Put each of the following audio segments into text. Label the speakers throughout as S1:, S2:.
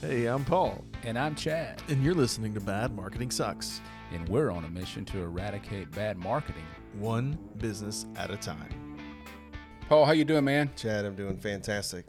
S1: Hey, I'm Paul,
S2: And I'm Chad,
S1: and you're listening to Bad Marketing Sucks,
S2: and we're on a mission to eradicate bad marketing.
S1: one business at a time.
S2: Paul, how you doing, man?
S3: Chad, I'm doing fantastic.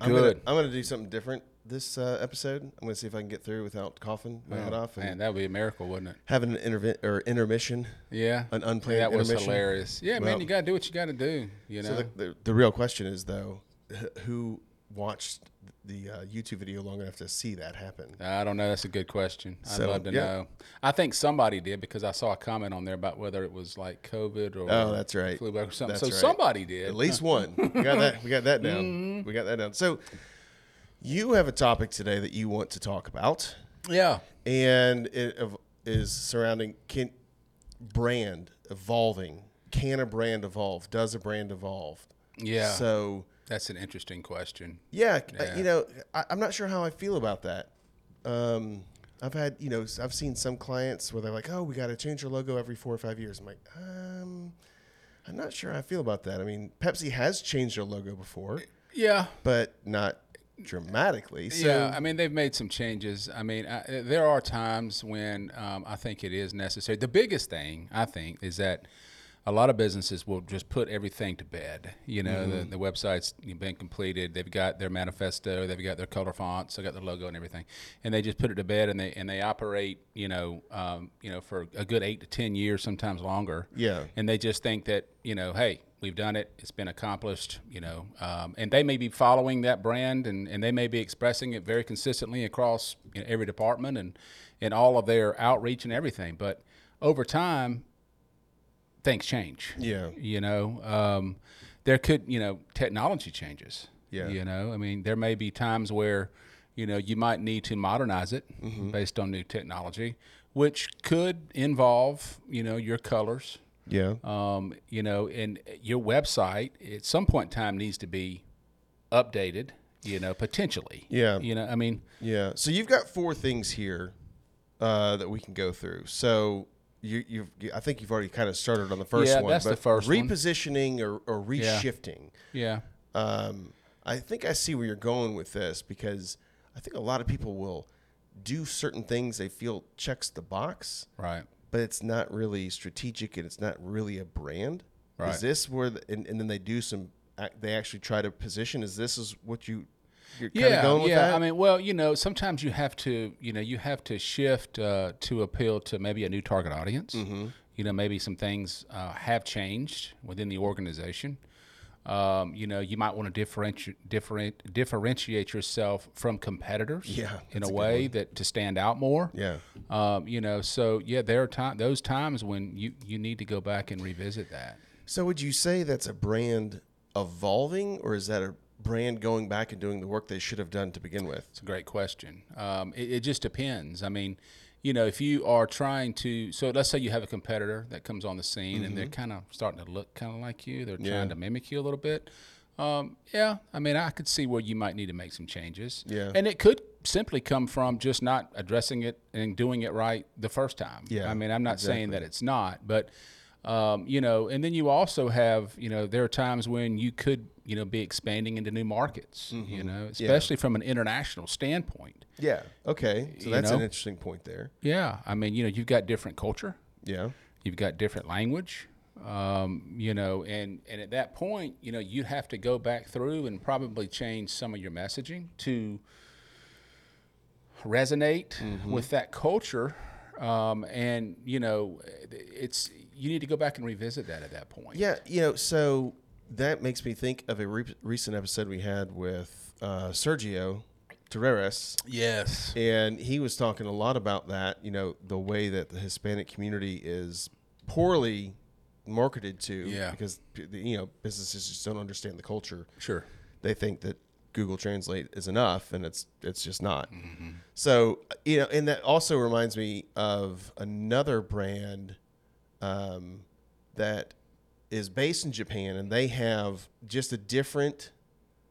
S3: I'm gonna,
S2: Good.
S3: I'm gonna do something different this uh, episode. I'm gonna see if I can get through without coughing my head off and
S2: Man, that would be a miracle, wouldn't it?
S3: having an interve- or intermission.
S2: Yeah.
S3: An unplanned
S2: That was
S3: intermission.
S2: hilarious. Yeah, man,
S3: Well-
S2: you got to do what you got to do, you know?
S3: So the, the, the real question is though, wh- who watched the uh, YouTube video long enough to see that happen?
S2: I don't know. That's a good question. I'd
S3: So,
S2: love to
S3: yeah.
S2: know. I think somebody did because I saw a comment on there about whether it was like COVID or
S3: Oh, that's right.
S2: flu bug or something.
S3: That's
S2: so
S3: right.
S2: somebody did.
S3: At least one. We got that. We got that down.
S2: Mm-hmm.
S3: We got that down. So you have a topic today that you want to talk about,
S2: Yeah.
S3: and it ev- is surrounding can brand evolving. Can a brand evolve? Does a brand evolve?
S2: Yeah.
S3: So
S2: that's an interesting question.
S3: yeah, c- uh, you know, I, I'm not sure how I feel about that. Um, I've had, you know, s- I've seen some clients where they're like, "Oh, we got to change our logo every four or five years." I'm like, um, I'm not sure how I feel about that. I mean, Pepsi has changed their logo before,
S2: Yeah.
S3: but not dramatically. So
S2: yeah, I mean they've made some changes. I mean, I, there are times when um, I think it is necessary. The biggest thing I think is that a lot of businesses will just put everything to bed. You know, the, the website's been completed. They've got their manifesto. They've got their color fonts. They've got their logo and everything, and they just put it to bed. And they and they operate. You know, um, you know, for a good eight to ten years, sometimes longer
S3: Yeah.
S2: and they just think that you know hey we've done it it's been accomplished you know um, and they may be following that brand and, and they may be expressing it very consistently across you know, every department and and all of their outreach and everything but over time things change
S3: Yeah.
S2: you know um, there could you know technology changes
S3: Yeah.
S2: you know i mean there may be times where you know you might need to modernize it
S3: Mm-hmm.
S2: based on new technology which could involve you know your colors
S3: yeah,
S2: um, you know, and your website at some point in time needs to be updated, you know, potentially.
S3: Yeah.
S2: You know, I mean,
S3: yeah. So you've got four things here uh, that we can go through. So. You, you've, you- I think you've already kind of started on the first
S2: Yeah,
S3: one.
S2: that's the
S3: but
S2: first one.
S3: repositioning or, or reshifting.
S2: yeah.
S3: um, I think I see where you're going with this because I think a lot of people will do certain things they feel checks the box,
S2: Right.
S3: but it's not really strategic and it's not really a brand.
S2: Right.
S3: Is this where? The, and, and then they do some. ac- They actually try to position. Is this is what you? You're kind
S2: yeah,
S3: of going with
S2: yeah.
S3: that.
S2: I mean, well, you know, sometimes you have to, you know, you have to shift uh, to appeal to maybe a new target audience.
S3: Mm-hmm.
S2: You know, maybe some things uh, have changed within the organization. Um, you know, you might want to differentiate different, differentiate yourself from competitors.
S3: Yeah,
S2: in
S3: that's
S2: a
S3: a good
S2: way that to stand out more.
S3: yeah.
S2: Um, you know, so yeah, there are time those times when you you need to go back and revisit that.
S3: So would you say that's a brand evolving, or is that a brand going back and doing the work they should have done to begin with?
S2: It's a great question. Um, it, it just depends. I mean, you know, if you are trying to, so let's say you have a competitor that comes on the scene and they're kind of starting to look kind of like you. They're trying to mimic you a little bit. Um, yeah, I mean, I could see where you might need to make some changes.
S3: Yeah.
S2: and it could simply come from just not addressing it and doing it right the first time.
S3: Yeah,
S2: I mean, I'm not saying that it's not, but um, you know, and then you also have, you know, there are times when you could, you know, be expanding into new markets, you know, especially from an international standpoint.
S3: Yeah. Okay. So
S2: You
S3: that's an
S2: know?
S3: interesting point there.
S2: Yeah, I mean, you know, you've got different culture,
S3: Yeah.
S2: you've got different language, um, you know, and and at that point, you know, you have to go back through and probably change some of your messaging to resonate
S3: Mm-hmm.
S2: with that culture, um, and you know, it's you need to go back and revisit that at that point.
S3: Yeah, you know, so that makes me think of a re- recent episode we had with uh, Sergio Terreras,
S2: Yes.
S3: and he was talking a lot about that. You know, the way that the Hispanic community is poorly marketed to,
S2: Yeah.
S3: because you know businesses just don't understand the culture.
S2: Sure.
S3: They think that Google Translate is enough, and it's it's just not.
S2: Mm-hmm.
S3: So you know, and that also reminds me of another brand um, that is based in Japan, and they have just a different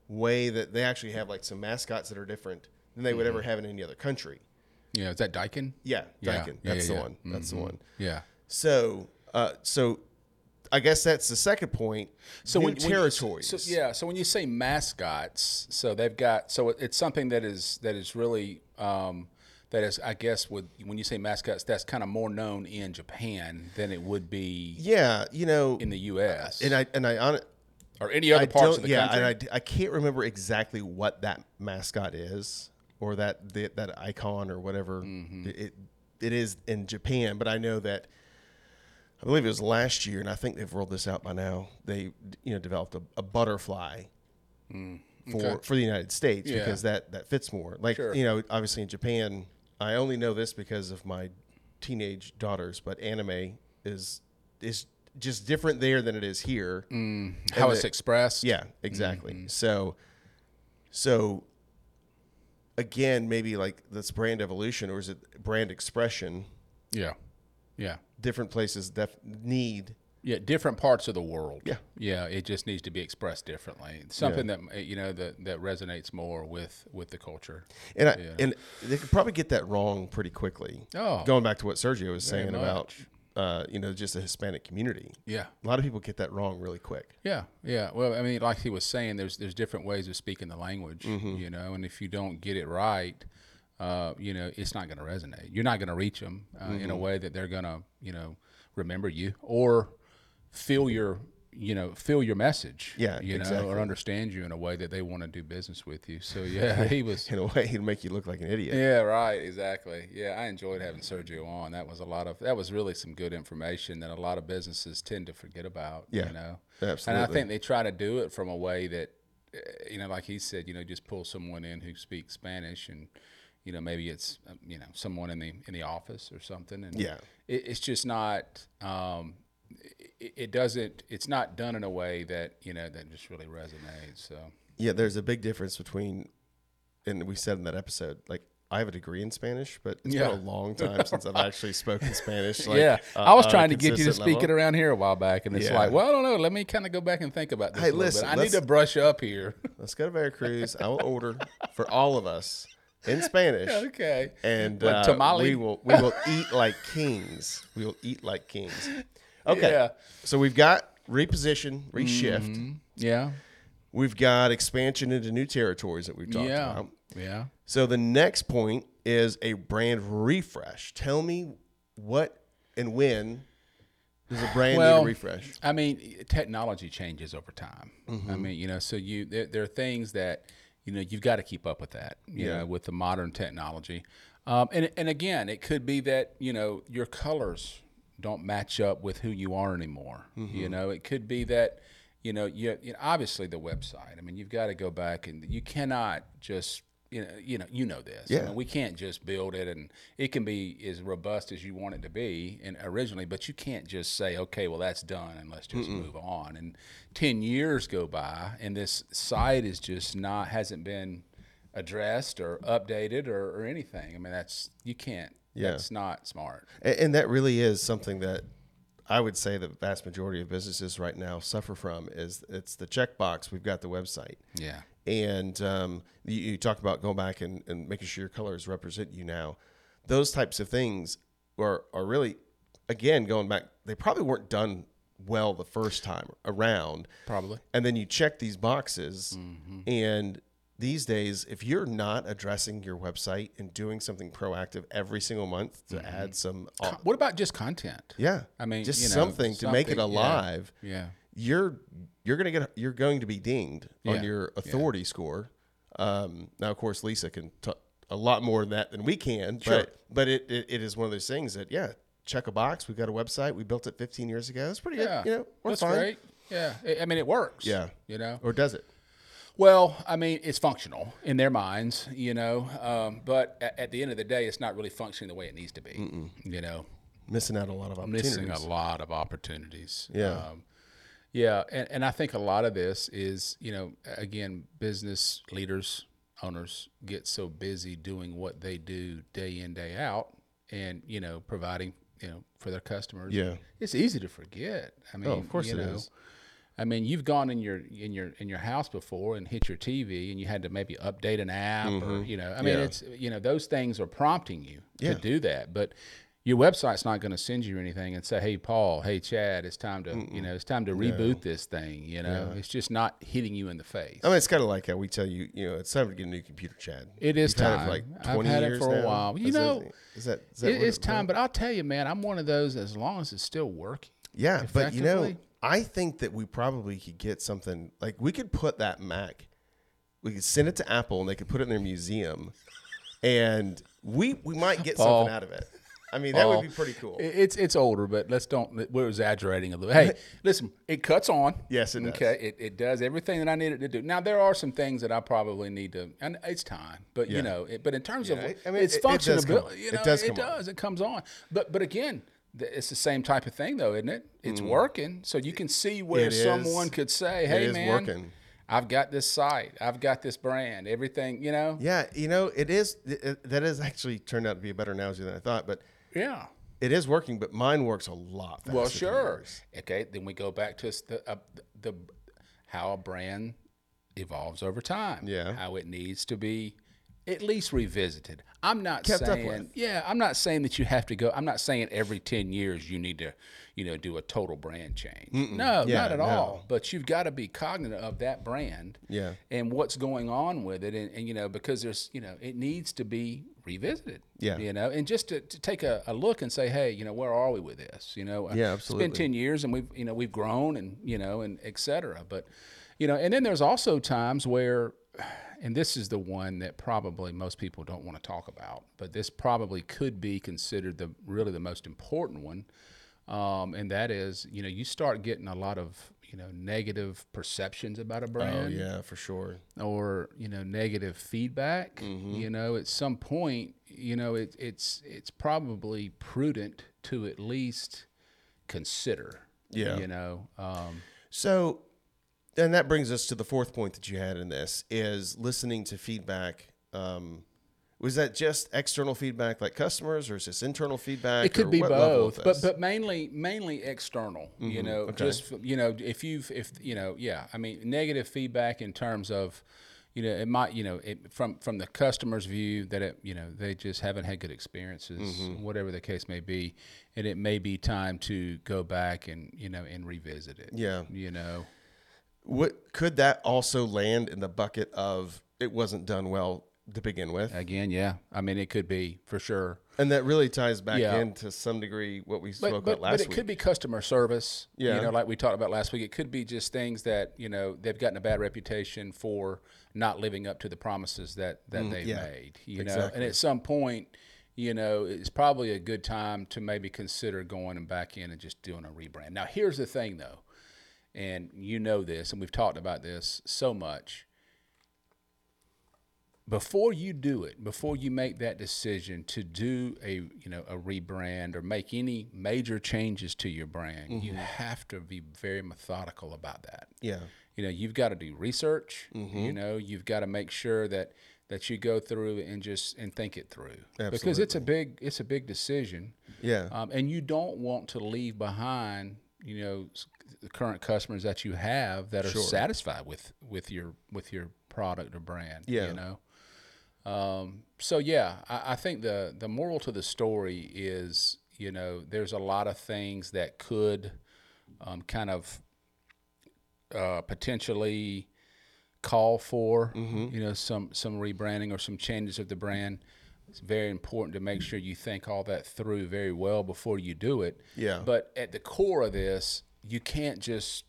S3: way that they actually have like some mascots that are different than they would ever have in any other country.
S2: Yeah. Is that Daikin?
S3: Yeah,
S2: Mm-hmm. Yeah, yeah,
S3: Daikin,
S2: Mm-hmm.
S3: that's
S2: yeah,
S3: the
S2: yeah.
S3: one. That's the one.
S2: Yeah.
S3: So, uh, so I guess that's the second point.
S2: so
S3: New
S2: when
S3: territories.
S2: When you, so, yeah, so when you say mascots, so they've got so it, it's something that is that is really um, that is I guess with when you say mascots, that's kind of more known in Japan than it would be
S3: yeah, you know,
S2: in the U.S.
S3: and I and I hon-
S2: or any other
S3: I
S2: parts
S3: don't
S2: of the
S3: yeah,
S2: country.
S3: and I, I can't remember exactly what that mascot is or that that, that icon or whatever
S2: Mm-hmm.
S3: it it is in Japan, but I know that I believe it was last year, and I think they've rolled this out by now. They you know developed a, a butterfly. For,
S2: Mm, okay.
S3: for the United States
S2: Yeah.
S3: because that, that fits more like
S2: Sure.
S3: you know obviously in Japan I only know this because of my teenage daughters but anime is is just different there than it is here
S2: How it's expressed.
S3: yeah, exactly.
S2: Mm-hmm.
S3: So, so again, maybe like that's brand evolution, or is it brand expression?
S2: yeah, yeah.
S3: Different places def- need.
S2: Yeah, different parts of the world.
S3: Yeah.
S2: yeah. It just needs to be expressed differently. Something that you know that that resonates more with with the culture.
S3: And I, and they could probably get that wrong pretty quickly.
S2: Oh.
S3: going back to what Sergio was saying about
S2: much.
S3: uh, you know just the Hispanic community,
S2: Yeah,
S3: a lot of people get that wrong really quick.
S2: yeah, yeah. Well, I mean, like he was saying, there's there's different ways of speaking the language.
S3: Mm-hmm.
S2: You know, and if you don't get it right, uh, you know, it's not going to resonate. You're not going to reach them uh, in a
S3: Mm-hmm.
S2: way that they're going to you know remember you or feel your you know feel your message
S3: Yeah,
S2: you know or
S3: exactly.
S2: understand you in a way that they want to do business with you so yeah he was
S3: In a way, it'll make you look like an idiot.
S2: Yeah, right. Exactly. Yeah, I enjoyed having Sergio on. That was a lot of that was really some good information that a lot of businesses tend to forget about.
S3: Yeah,
S2: you know, And I
S3: absolutely.
S2: think they try to do it from a way that, uh, you know, like he said, you know, just pull someone in who speaks Spanish and. You know, maybe it's um, you know someone in the in the office or something, and
S3: Yeah.
S2: it, it's just not. Um, it, it doesn't. It's not done in a way that you know that just really resonates. So
S3: Yeah, there's a big difference between, and we said in that episode, like I have a degree in Spanish, but it's
S2: Yeah.
S3: been a long time since I've actually spoken Spanish. Like,
S2: yeah,
S3: uh,
S2: I was
S3: on a
S2: trying to get you to
S3: consistent
S2: speak it
S3: level.
S2: around here a while back, and it's
S3: Yeah.
S2: like, well, I don't know. Let me kind of go back and think about this.
S3: Hey,
S2: a little
S3: listen,
S2: bit. I need
S3: let's-
S2: to brush up here.
S3: Let's go to Veracruz. I will order for all of us in Spanish,
S2: okay.
S3: and
S2: Like
S3: uh,
S2: tamale?
S3: we will we will eat like kings. We will eat like kings. Okay,
S2: Yeah. Mm-hmm.
S3: so we've got reposition, reshift.
S2: Yeah.
S3: We've got expansion into new territories that we've talked
S2: Yeah.
S3: about.
S2: Yeah.
S3: So the next point is a brand refresh. Tell me what and when does a brand need
S2: Well,
S3: a refresh?
S2: I mean, technology changes over time. I mean, you know, so you there, there are things that you know you've got to keep up with that. You know, with the modern technology, um, and and again, it could be that you know your colors don't match up with who you are anymore. You know, it could be that you know you, you know, obviously the website. I mean, you've got to go back and you cannot just. You know, you know, you know this. I
S3: Yeah.
S2: mean, we can't just build it, and it can be as robust as you want it to be, and originally, but you can't just say, okay, well that's done, and let's just move on. And ten years go by, and this site is just not hasn't been addressed or updated or, or anything. I mean, that's you can't.
S3: Yeah.
S2: That's not smart.
S3: And, and that really is something that I would say the vast majority of businesses right now suffer from is it's the checkbox. We've got the website.
S2: Yeah.
S3: and um, you, you talk about going back and, and making sure your colors represent you now. Those types of things are, are really, again, going back, they probably weren't done well the first time around.
S2: Probably.
S3: And then you check these boxes.
S2: Mm-hmm.
S3: And these days, if you're not addressing your website and doing something proactive every single month to add some,
S2: What about just content?
S3: yeah,
S2: Mm-hmm. I mean,
S3: just
S2: you know,
S3: something to make it
S2: something, yeah.
S3: alive
S2: Yeah.
S3: you're you're gonna get you're going to be dinged
S2: Yeah.
S3: on your authority score. Um, now, of course, Lisa can talk a lot more than that than we can, but but it, it, it is one of those things that yeah, check a box. We've got a website. We built it 15 years ago. That's pretty
S2: Yeah.
S3: good. You know, we're
S2: that's
S3: fine.
S2: great. Yeah. I- I mean, it works.
S3: Yeah.
S2: You know.
S3: Or does it?
S2: Well, I mean, it's functional in their minds, you know, um, but at, at the end of the day, it's not really functioning the way it needs to be. You know,
S3: Missing out on a lot of opportunities.
S2: missing a lot of opportunities.
S3: Yeah.
S2: Um, yeah. And, and I think a lot of this is, you know, again, business leaders, owners get so busy doing what they do day in, day out and, you know, providing, you know, for their customers.
S3: Yeah.
S2: It's easy to forget. I mean,
S3: Oh, of course
S2: you
S3: it
S2: know,
S3: is.
S2: I mean, you've gone in your in your in your house before and hit your TV, and you had to maybe
S3: Mm-hmm.
S2: update an app, or you know, I mean, it's you know, those things are prompting you to do that, but your website's not going to send you anything and say, "Hey, Paul, hey, Chad, it's time to you know it's time to reboot this thing." You know, it's just not hitting you in the face.
S3: I mean, it's kind of like how we tell you, you know, it's time to get a new computer, Chad.
S2: It is
S3: You've had it for
S2: time.
S3: like
S2: I've
S3: 20
S2: had it
S3: years
S2: for a
S3: now.
S2: while. You
S3: Is that-
S2: know,
S3: is that, is that
S2: It-
S3: what
S2: it's
S3: it-
S2: time, but I'll tell you, man, I'm one of those. As long as it's still working,
S3: Yeah, but you know,
S2: effectively?
S3: I think that we probably could get something like we could put that Mac, we could send it to Apple, and they could put it in their museum, and we we might get
S2: Paul.
S3: something out of it. I mean, that
S2: Paul,
S3: would be pretty cool.
S2: Uh, it- it's it's older, but let's don't. We're exaggerating a little. Hey, listen, it cuts on.
S3: Yes, it does.
S2: Okay, it, it does everything that I needed to do. Now there are some things that I probably need to, and it's time. But you know, it, but in terms of
S3: I- I mean,
S2: its
S3: it- it does come
S2: functionability,
S3: on.
S2: you
S3: It
S2: know,
S3: does
S2: it
S3: come on.
S2: does. It comes on. But but again. th- It's the same type of thing, though, isn't it? It's working, so you can see where
S3: Mm. It is.
S2: someone could say, "Hey,
S3: is
S2: man,
S3: working.
S2: I've got this site, I've got this brand, everything." You know,
S3: yeah, you know, it is it- it- that is actually turned out to be a better analogy than I thought, but
S2: yeah.
S3: it is working. But mine works a lot. Faster
S2: Well,
S3: than
S2: sure.
S3: yours.
S2: Okay, then we go back to s- the, uh, the how a brand evolves over time.
S3: Yeah.
S2: how it needs to be at least revisited. I'm not
S3: Kept up
S2: saying
S3: with.
S2: yeah, I'm not saying that you have to go. I'm not saying every ten years you need to, you know, do a total brand change. No,
S3: Yeah,
S2: not at
S3: no.
S2: all. But you've got to be cognizant of that brand.
S3: Yeah.
S2: and what's going on with it, and, and you know, because there's you know, it needs to be revisited.
S3: Yeah.
S2: you know, and just to, to take a, a look and say, hey, you know, where are we with this? You know,
S3: Yeah,
S2: It's
S3: absolutely.
S2: been ten years, and we've you know we've grown, and you know, and et cetera. But you know, and then there's also times where, and this is the one that probably most people don't want to talk about, but this probably could be considered the really the most important one, um, and that is you know you start getting a lot of you know negative perceptions about a brand
S3: Oh yeah, for sure.
S2: or you know negative feedback you know at some point you know it, it's it's probably prudent to at least consider
S3: Yeah.
S2: you know um,
S3: So, and that brings us to the fourth point that you had in this is listening to feedback. Um, was that just external feedback, like customers, or is this internal feedback?
S2: it could
S3: or
S2: be
S3: what level of
S2: both
S3: Mm-hmm.
S2: but
S3: this?
S2: but mainly mainly external you know just f- you know if you've if you know yeah i mean negative feedback in terms of you know it might you know it, from from the customer's view that it you know they just haven't had good experiences
S3: Mm-hmm.
S2: whatever the case may be and it may be time to go back and you know and revisit it
S3: Yeah.
S2: you know
S3: what could that also land in the bucket of it wasn't done well to begin with?
S2: again yeah i mean it could be for sure
S3: And that really ties back
S2: Yeah.
S3: into some degree what we
S2: but,
S3: spoke
S2: but,
S3: about last
S2: but it
S3: week.
S2: could be customer service.
S3: Yeah.
S2: You know, like we talked about last week, it could be just things that, you know, they've gotten a bad reputation for not living up to the promises that, that they've
S3: Mm, yeah.
S2: made. You know, and
S3: Exactly.
S2: at some point, you know, it's probably a good time to maybe consider going and back in and just doing a rebrand. Now, here's the thing though, and you know this, and we've talked about this so much before you do it, before you make that decision to do a you know a rebrand or make any major changes to your brand, you have to be very methodical about that.
S3: yeah.
S2: You know, you've got to do research. You know, you've got to make sure that that you go through and just and think it through because it's a big it's a big decision.
S3: Yeah.
S2: Um, and you don't want to leave behind, you know, s- the current customers that you have that are satisfied with with your with your product or brand.
S3: Yeah.
S2: You know. Um, so yeah, I, I think the the moral to the story is, you know, there's a lot of things that could um, kind of uh, potentially call for
S3: Mm-hmm.
S2: you know some some rebranding or some changes of the brand it's very important to make sure you think all that through very well before you do it
S3: Yeah.
S2: but at the core of this you can't just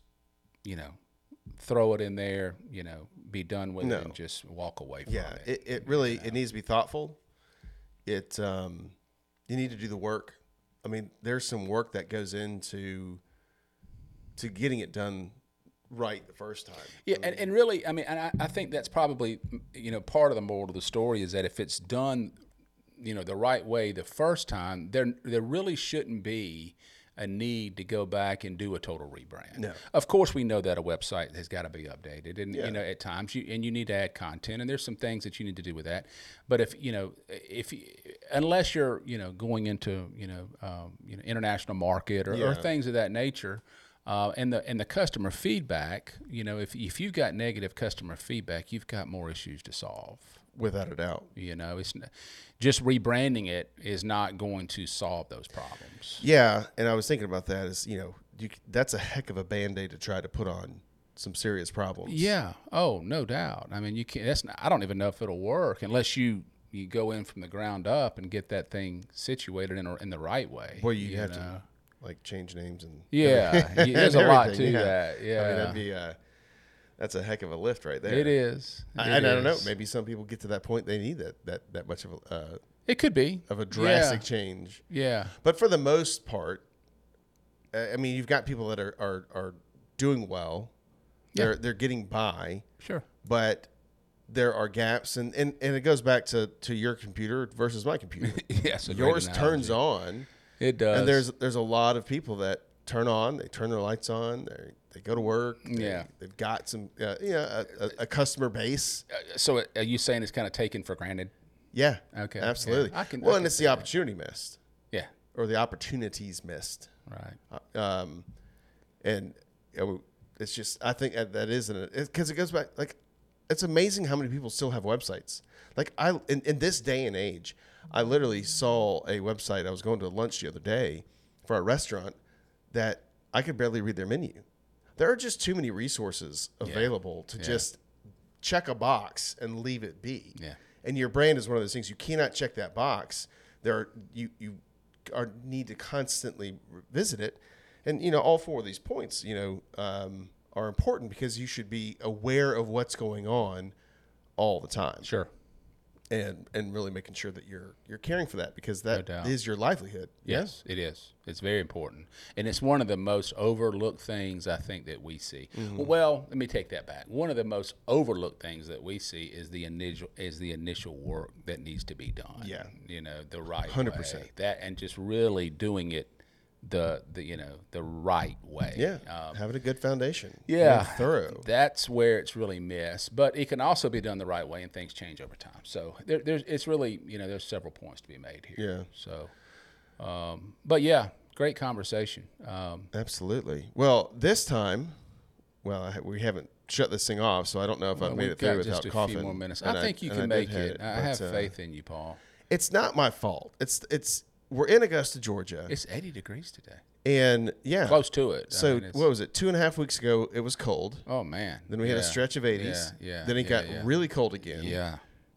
S2: you know throw it in there you know be done with it and just walk away from
S3: yeah.
S2: it
S3: It, it really it needs to be thoughtful. It um, you need to do the work. I mean, there's some work that goes into to getting it done right the first time.
S2: Yeah, and, and really, I mean, and I, I think that's probably you know part of the moral of the story is that if it's done, you know, the right way the first time, there there really shouldn't be a need to go back and do a total rebrand. No. Of course, we know that a website has got to be updated, and you know, at times you and you need to add content, and there's some things that you need to do with that. But if you know, if you- unless you're you know going into you know um, you know international market or, or things of that nature. Uh, and the and the customer feedback, you know, if if you've got negative customer feedback, you've got more issues to solve.
S3: without a doubt.
S2: You know, it's n- just rebranding it is not going to solve those problems.
S3: Yeah, and I was thinking about that. Is you know, you, c- that's a heck of a band aid to try to put on some serious problems.
S2: Yeah. Oh, no doubt. I mean, you can't. That's. Not, I don't even know if it'll work unless you you go in from the ground up and get that thing situated in a, in the right way.
S3: Well, you, have
S2: know?
S3: to like change names and
S2: Yeah, you- there's a lot to
S3: everything,
S2: that. Yeah,
S3: I mean, that'd be uh, that's a heck of a lift right there.
S2: it is.
S3: I-
S2: It
S3: and I don't know.
S2: is.
S3: Maybe some people get to that point they need that that that much of a uh,
S2: it could be
S3: of a drastic
S2: Yeah.
S3: change.
S2: yeah.
S3: But for the most part, I I mean, you've got people that are are, are doing well.
S2: Yeah.
S3: They're they're getting by,
S2: Sure.
S3: but there are gaps, and and, and it goes back to to your computer versus my computer.
S2: Yes. a great
S3: Yours
S2: analogy.
S3: turns on,
S2: It does.
S3: and there's there's a lot of people that turn on, they turn their lights on, they they go to work. they-
S2: Yeah.
S3: they've got some, uh, you know, a, a, a customer base.
S2: Uh, so are you saying it's kind of taken for granted?
S3: Yeah.
S2: Okay,
S3: Absolutely.
S2: yeah. I can-
S3: well,
S2: I
S3: and
S2: can
S3: it's the opportunity missed,
S2: Yeah.
S3: or the opportunities missed.
S2: Right.
S3: um, and you know, it's just I think that, that is an because it goes back like it's amazing how many people still have websites. Like I in, in this day and age, I literally saw a website. I was going to lunch the other day for a restaurant that I could barely read their menu. There are just too many resources available to just check a box and leave it be.
S2: Yeah.
S3: And your brand is one of those things you cannot check that box. There are, you you are need to constantly visit it, and you know all four of these points you know um, are important because you should be aware of what's going on all the time,
S2: Sure.
S3: and and really making sure that you're you're caring for that because that is
S2: doubt.
S3: your livelihood.
S2: Yes, it is. It's very important, and it's one of the most overlooked things I think that we see. Well, let me take that back. One of the most overlooked things that we see is the initial is the initial work that needs to be done.
S3: Yeah.
S2: you know the right
S3: 100%.
S2: way. that, and just really doing it the the you know the right way.
S3: Yeah,
S2: Um,
S3: having a good foundation. being
S2: yeah,
S3: thorough.
S2: That's where it's really missed, but it can also be done the right way, and things change over time. So there, there's it's really you know there's several points to be made here.
S3: Yeah.
S2: So, um, but yeah, great conversation. Um,
S3: Absolutely. Well, this time, well, I, we haven't shut this thing off, so I don't know if I've made
S2: we've
S3: it through
S2: got
S3: without
S2: just a
S3: coughing.
S2: few more minutes.
S3: And
S2: I think you
S3: and
S2: can
S3: I did
S2: make
S3: hit
S2: it. I have
S3: but, uh,
S2: faith in you, Paul.
S3: It's not my fault. It's it's we're in Augusta, Georgia,
S2: It's 80 degrees today,
S3: and yeah,
S2: close to it. I
S3: so
S2: mean, it's-
S3: what was it? Two and a half weeks ago, it was cold.
S2: oh man.
S3: Then we had a stretch of 80s.
S2: Yeah, yeah,
S3: then it
S2: yeah,
S3: got
S2: yeah.
S3: really cold again.
S2: Yeah,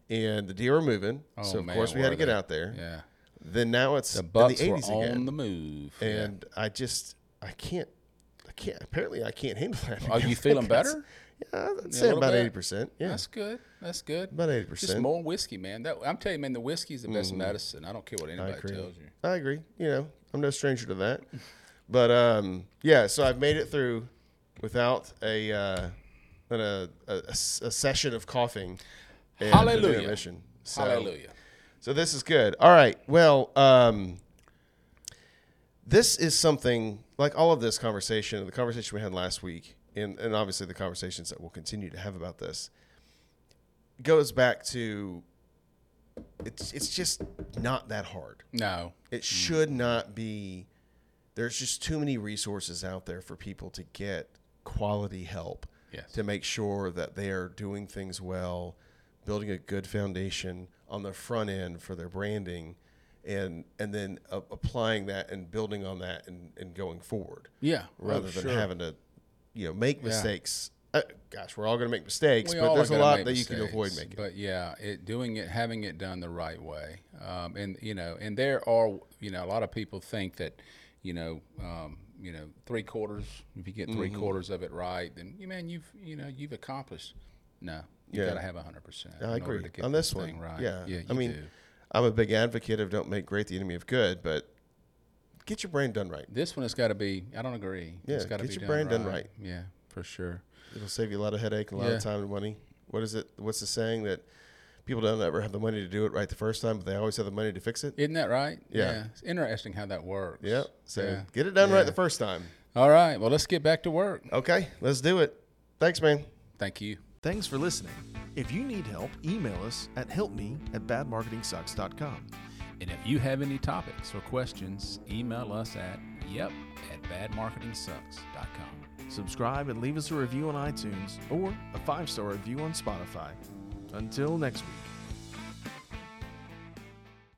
S3: And the deer were moving,
S2: Oh,
S3: so of
S2: man,
S3: course we had
S2: were
S3: to get
S2: they.
S3: out there.
S2: yeah.
S3: Then now it's
S2: The
S3: in
S2: Bucks
S3: the
S2: were
S3: 80s
S2: on
S3: again,
S2: the move. Yeah.
S3: and I just I can't. I can't. Apparently, I can't handle that.
S2: Are Oh, you feeling better?
S3: Yeah, I'd say
S2: little
S3: about
S2: bit.
S3: eighty percent. Yeah,
S2: That's good. That's good.
S3: about eighty
S2: Just
S3: percent. Mm-hmm.
S2: more whiskey, man. That I'm telling you, man, the whiskey's the best medicine. I don't care what anybody
S3: agree.
S2: tells you.
S3: I agree. You know, I'm no stranger to that. But um, yeah, so I've made it through without a uh, an, a, a, a session of coughing. And an
S2: Hallelujah.
S3: intermission. So,
S2: Hallelujah.
S3: So this is good. All right. Well, um, this is something like all of this conversation, the conversation we had last week, and, and obviously the conversations that we'll continue to have about this, goes back to it's it's just not that hard.
S2: No.
S3: It should not be. There's just too many resources out there for people to get quality help
S2: Yes.
S3: to make sure that they are doing things well, building a good foundation on the front end for their branding, and and then a- applying that and building on that and, and going forward
S2: Yeah.
S3: rather
S2: Oh,
S3: than
S2: sure.
S3: having to, you know, make mistakes. Uh, gosh, we're all going to make mistakes,
S2: We all
S3: but
S2: are
S3: there's a
S2: gonna
S3: lot
S2: make
S3: that you can avoid
S2: mistakes,
S3: making.
S2: But yeah, it doing it, having it done the right way, um, and you know, and there are you know a lot of people think that you know um, you know three quarters. If you get 3
S3: Mm-hmm.
S2: quarters of it right, then you man, you've you know you've accomplished. No, you
S3: Yeah.
S2: got to have hundred percent.
S3: I agree on this one.
S2: thing right.
S3: Yeah,
S2: yeah.
S3: I
S2: you
S3: mean,
S2: do.
S3: I'm a big advocate of don't make great the enemy of good, but get your brain done right.
S2: This one has got to be. I don't agree. it's
S3: Yeah,
S2: got to
S3: get
S2: be
S3: your
S2: done
S3: brand
S2: right.
S3: done right.
S2: Yeah, for sure.
S3: It'll save you a lot of headache, and a lot
S2: Yeah.
S3: of time and money. What is it? What's the saying that people don't ever have the money to do it right the first time, but they always have the money to fix it?
S2: Isn't that right?
S3: Yeah.
S2: It's interesting how that works.
S3: Yeah. So
S2: Yeah.
S3: get it done
S2: Yeah.
S3: right the first time.
S2: All right. Well, let's get back to work.
S3: Okay, let's do it. Thanks, man.
S2: Thank you.
S1: Thanks for listening. If you need help, email us at helpme at badmarketingsucks.com.
S2: And if you have any topics or questions, email us at yep at badmarketingsucks.com.
S1: Subscribe and leave us a review on iTunes or a five star review on Spotify. Until next week.